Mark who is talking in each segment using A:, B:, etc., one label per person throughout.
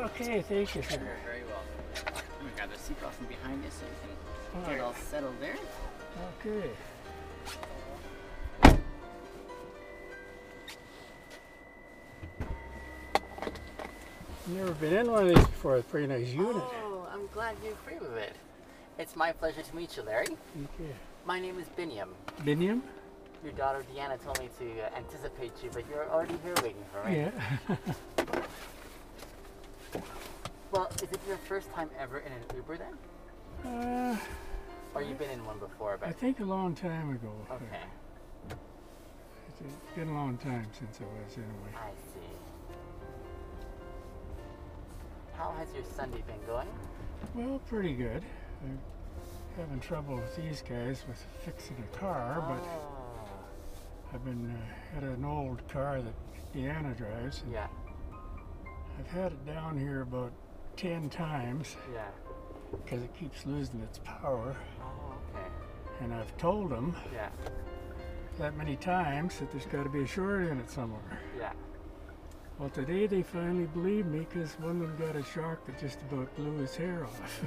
A: Okay, thank you, sir.
B: You're very welcome. I'm gonna grab a seatbelt from behind you so you can get it all settled there.
A: Okay. Never been in one of these before. It's a pretty nice unit.
B: Oh, I'm glad you agree with it. It's my pleasure to meet you, Larry.
A: Okay.
B: My name is Binyam.
A: Binium?
B: Your daughter Deanna told me to uh, anticipate you, but you're already here waiting for me.
A: Oh, Yeah.
B: Well, is it your first time ever in an Uber then?
A: Uh,
B: Or you've been in one before,
A: I
B: but
A: think a long time ago.
B: okay.
A: It's been a long time since I was anyway.
B: I see. How has your Sunday been going?
A: Well, pretty good. I'm having trouble with these guys with fixing a car, but
B: Oh,
A: I've been uh, had an old car that Deanna drives. and
B: yeah,
A: I've had it down here about ten times
B: yeah.
A: because it keeps losing its power,
B: Oh, okay.
A: and I've told them
B: Yeah,
A: that many times that there's got to be a short in it somewhere.
B: yeah.
A: Well, today they finally believed me because one of them got a shark that just about blew his hair off.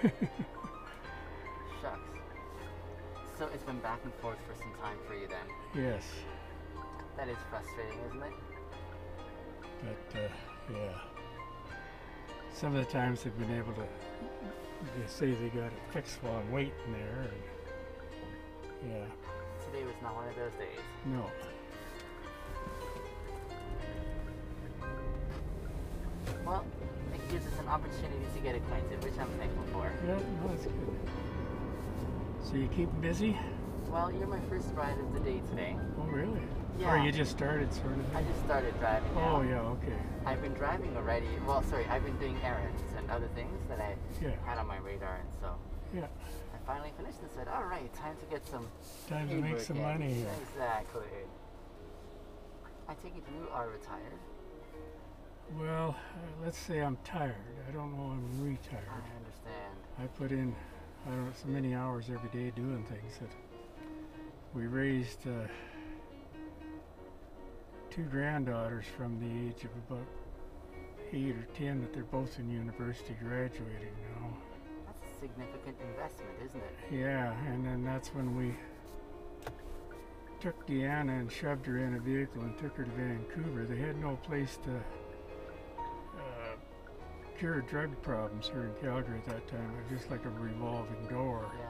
B: Really? Shucks. So it's been back and forth for some time for you then.
A: yes,
B: That is frustrating, isn't it?
A: but uh, yeah. Some of the times they've been able to, they say they got it fixed while I'm waiting there. And, yeah,
B: Today was not one of those days.
A: no.
B: Well, it gives us an opportunity to get acquainted, which I'm thankful for.
A: Yeah, no, that's good. So you keep busy?
B: Well, you're my first ride of the day today.
A: Oh, really? Or
B: Yeah.
A: you just started sort of?
B: I just started driving now.
A: Oh, yeah, okay.
B: I've been driving already. Well, sorry, I've been doing errands and other things that I
A: Yeah.
B: had on my radar, and so
A: Yeah.
B: I finally finished and said, all right, time to get some
A: Time to make
B: paper
A: some
B: again."
A: money here.
B: Exactly. I take it you are retired.
A: Well, uh, let's say I'm tired. I don't know I'm
B: I
A: retired.
B: understand.
A: I put in, I don't know, so many hours every day doing things that we raised uh, two granddaughters from the age of about eight or ten, but they're both in university graduating now.
B: That's a significant investment, isn't it?
A: Yeah, and then that's when we took Deanna and shoved her in a vehicle and took her to Vancouver. They had no place to uh, cure drug problems here in Calgary at that time. It was just like a revolving door.
B: Yeah.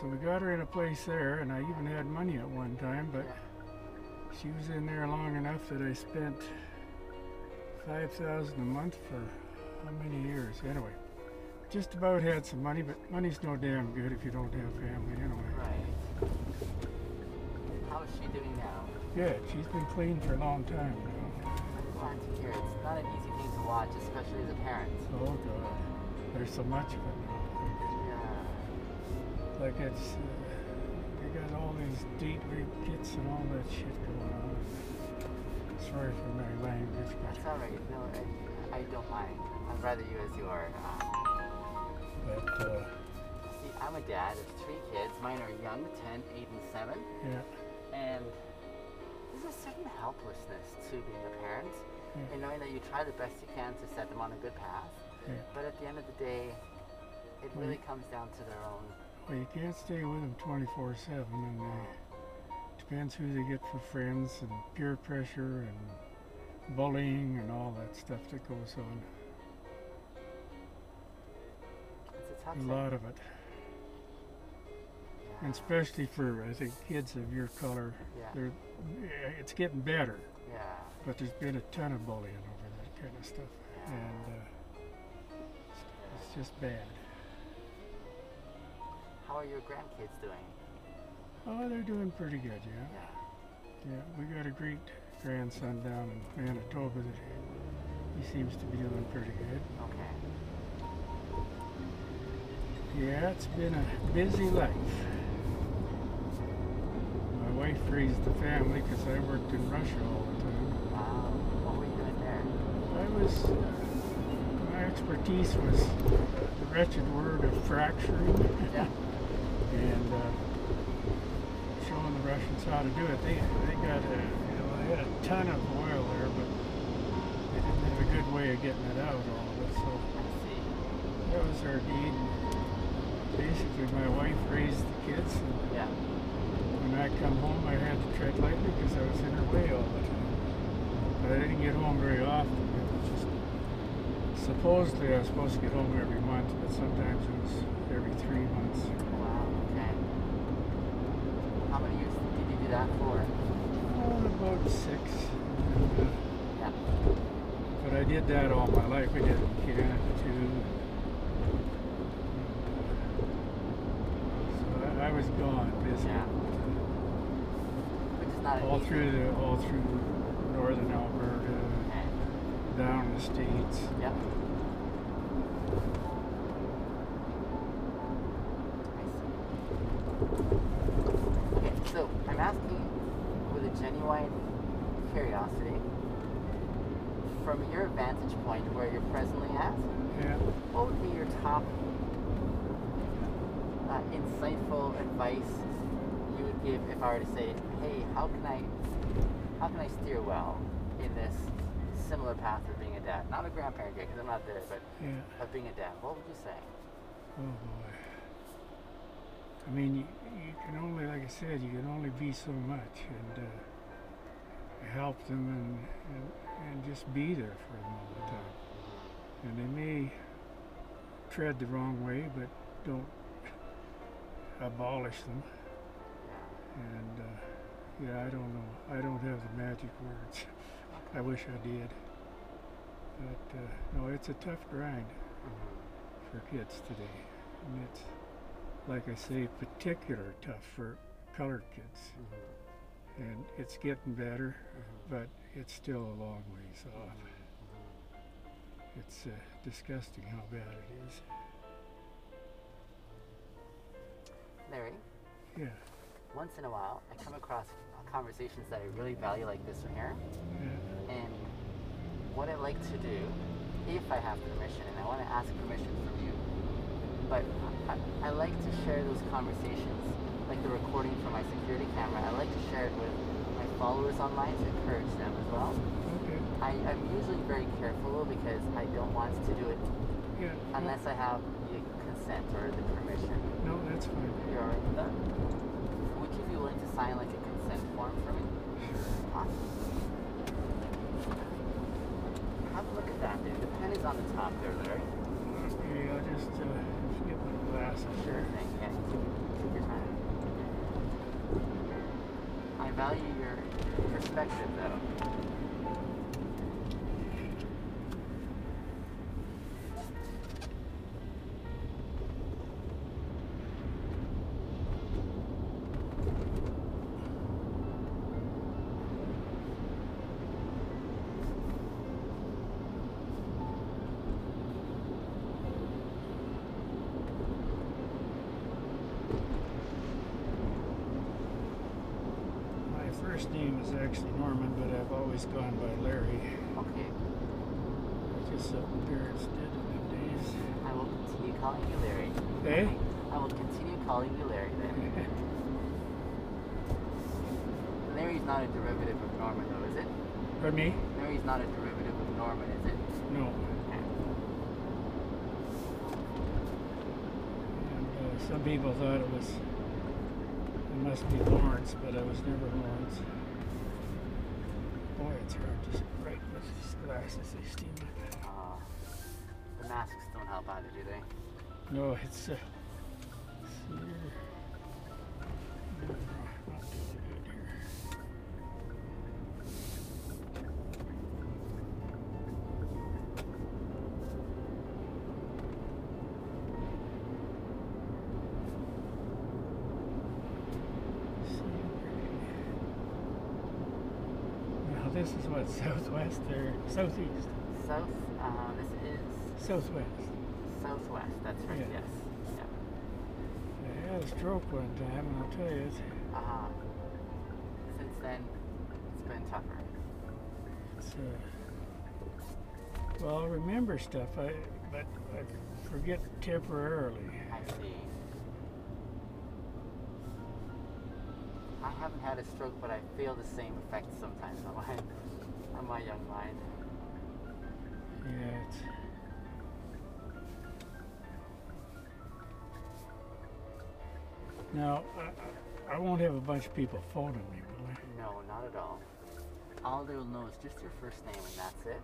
A: So we got her in a place there, and I even had money at one time, but she was in there long enough that I spent 5000 a month for how many years? Anyway, just about had some money, but money's no damn good if you don't have family anyway.
B: Right. How is she doing now?
A: Good. She's been clean for a long time now.
B: I'm glad to hear. It's not an easy thing to watch, especially as a parent.
A: Oh God, there's so much of it
B: Yeah.
A: now. Like it's, uh, they got all these date rape kits and all that shit going on. Sorry for my language,
B: That's
A: but,
B: all right. No, I, I don't mind. I'd rather you as you are. Um,
A: but uh,
B: see, I'm a dad of three kids. Mine are young, 10, 8, and 7.
A: yeah,
B: And there's a certain helplessness to being a parent
A: Yeah.
B: and knowing that you try the best you can to set them on a good path.
A: Yeah.
B: But at the end of the day, it
A: Mm.
B: really comes down to their own.
A: well, you can't stay with them 24 7, and uh, depends who they get for friends, and peer pressure, and bullying, and all that stuff that goes on.
B: It's a tough
A: A
B: thing.
A: lot of it.
B: Yeah.
A: And especially for, I think, kids of your color,
B: Yeah.
A: they're, it's getting better,
B: yeah.
A: but there's been a ton of bullying over that kind of stuff. And uh, it's just bad.
B: How are your grandkids doing?
A: Oh, they're doing pretty good, yeah.
B: Yeah.
A: Yeah, we got a great grandson down in Manitoba that he seems to be doing pretty good.
B: Okay.
A: Yeah, it's been a busy life. My wife raised the family because I worked in Russia all the time.
B: Wow. Um, What were you doing there?
A: I was, my expertise was the wretched word of fracturing
B: Yeah.
A: and uh, showing the Russians how to do it. They, they got a, you know, they had a ton of oil there, but they didn't have a good way getting it out, all of it. So
B: Let's see.
A: that was our deed. Basically, my wife raised the kids, and
B: Yeah.
A: when I come home, I had to tread lightly because I was in her way all the time. But I didn't get home very often. It was just supposedly I was supposed to get home every month, but sometimes it was every three months.
B: Wow. Okay. How many years did you do that for?
A: Oh, about six. And, uh,
B: Yeah.
A: But I did that all my life. I did it in Canada too. So I, I was gone busy
B: Yeah. Which is not an
A: all
B: easy-
A: through the, all through northern Alberta,
B: Okay.
A: down the states.
B: Yep. I see. Okay, so I'm asking with a genuine curiosity from your vantage point where you're presently at,
A: Yeah.
B: what would be your top uh, insightful advice you would give if I were to say, hey, how can I how can I steer well in this similar path of being a dad? Not a grandparent yet, because I'm not there, but
A: Yeah.
B: of being a dad, what would you say?
A: Oh boy. I mean, you, you can only, like I said, you can only be so much and uh, help them and, and, and just be there for them all the time. And they may tread the wrong way, but don't abolish them. And uh, yeah, I don't know. I don't have the magic words. I wish I did. But uh, no, it's a tough grind
B: Mm-hmm.
A: for kids today. And it's, like I say, particular tough for colored kids.
B: Mm-hmm.
A: And it's getting better, but it's still a long ways off. It's uh, disgusting how bad it is.
B: Larry,
A: Yeah,
B: once in a while, I come across conversations that I really value, like this one here.
A: yeah,
B: And what I like to do, if I have permission, and I want to ask permission from you, but I, I like to share those conversations, like the recording from my security camera. I like to share it with my followers online to encourage them as well.
A: okay,
B: I, I'm usually very careful because I don't want to do it
A: yeah. no-
B: unless I have the consent or the permission.
A: No, that's fine.
B: You're all right with that? Would you be willing to sign like a consent form for me? Awesome. Have a look at that, dude. The pen is on the top there, Larry.
A: Okay, I'll just uh, just get my glasses.
B: Sure thing, yeah. Take your time. I value your perspective, though.
A: My first name is actually Norman, but I've always gone by Larry.
B: Okay,
A: Just so my parents did in
B: I will continue calling you Larry.
A: them days.
B: I will continue calling you Larry then.
A: Eh?
B: Larry's not a derivative of Norman, though, is it?
A: Pardon me?
B: Larry's not a derivative of Norman, is it?
A: No.
B: Okay.
A: And, uh, some people thought it was, it must be Lawrence, but I was never Lawrence. Boy, it's hard to write with these glasses, they steam it.
B: Uh, the masks don't help either, do they?
A: No, it's, uh, it's here. No, not doing good here. Now this is what southwest or southeast,
B: South, uh, this is
A: southwest.
B: southwest, that's right,
A: Yeah.
B: yes. Yeah.
A: I had a stroke one time, and I'll tell you, it's,
B: Uh, since then, it's been tougher.
A: it's uh, well, I remember stuff, I but I forget temporarily.
B: I see. I haven't had a stroke, but I feel the same effects sometimes on my, on my young mind.
A: Yeah, Yeah, it's. Now, I, I won't have a bunch of people phoning me, will I?
B: No, not at all. All they'll know is just your first name and that's it.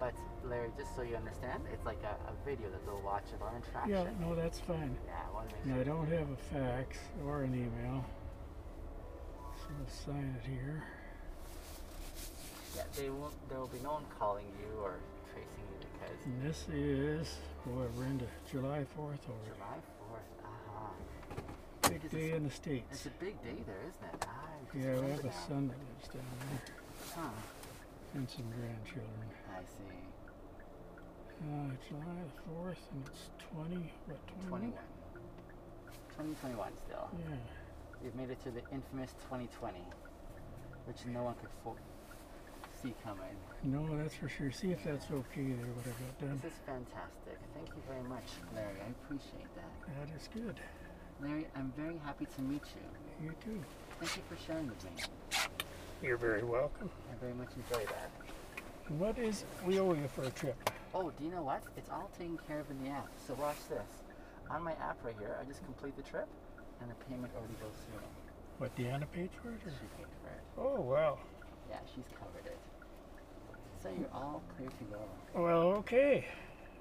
B: But Larry, just so you understand, it's like a, a video that they'll watch of our interaction.
A: Yeah, no, that's fine.
B: Yeah, I want to make
A: And
B: sure.
A: I don't have a fax or an email. So I'll sign it here.
B: Yeah, they won't. There will be no one calling you or tracing you because
A: And this is, boy, we're into July 4th already.
B: July Fourth. Uh-huh.
A: Big day in the States.
B: It's a big day there, isn't it? Ah, I just
A: Yeah, we
B: remember
A: have a
B: now.
A: son that lives down there
B: Huh.
A: and some grandchildren.
B: I
A: Mm-hmm.
B: see.
A: Uh, July the 4th and it's 20, what, 21?
B: Twenty-one. Twenty twenty-one. Still,
A: Yeah.
B: we've made it to the infamous twenty twenty, which no one could fo- see coming.
A: No, that's for sure. See if that's okay there, what I got done.
B: This is fantastic. Thank you very much, Larry. I appreciate that.
A: That is good.
B: Larry, I'm very happy to meet you.
A: You too.
B: Thank you for sharing with me.
A: You're very welcome.
B: I very much enjoy that.
A: What is we owe you for a trip?
B: Oh, do you know what? It's all taken care of in the app. So watch this. On my app right here, I just complete the trip, and the payment already goes through.
A: What Deanna paid for it?
B: She paid for it.
A: Or? Oh well.
B: Yeah, she's covered it. So you're all clear to go.
A: Well, okay.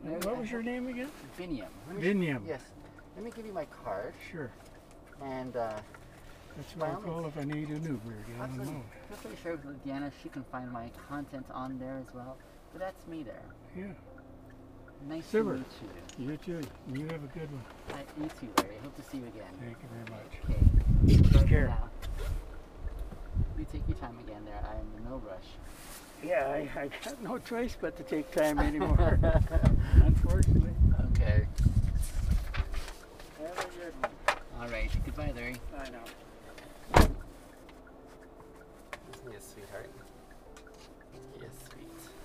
B: Larry,
A: what
B: I
A: was your
B: have-
A: name again?
B: Vinium? Let me-
A: Vinium.
B: Yes. Let me give you my card,
A: Sure.
B: and uh,
A: That's what I
B: Wyoming's-
A: call if I need an Uber. Down the
B: Absolutely.
A: road.
B: Feel free to share with Deanna. She can find my content on there as well. But that's me there.
A: Yeah.
B: Nice
A: Super.
B: to meet you.
A: You too. You have a good one.
B: I, you too, Larry. Hope to see you again.
A: Thank you very much.
B: Okay.
A: Take care.
B: Now, you take your time again there. I am in no rush.
A: Yeah, I, I got no choice but to take time anymore. Unfortunately.
B: okay.
A: Have a good one.
B: All right. Goodbye, Larry.
A: I know.
B: Yes, sweetheart. Yes, sweet.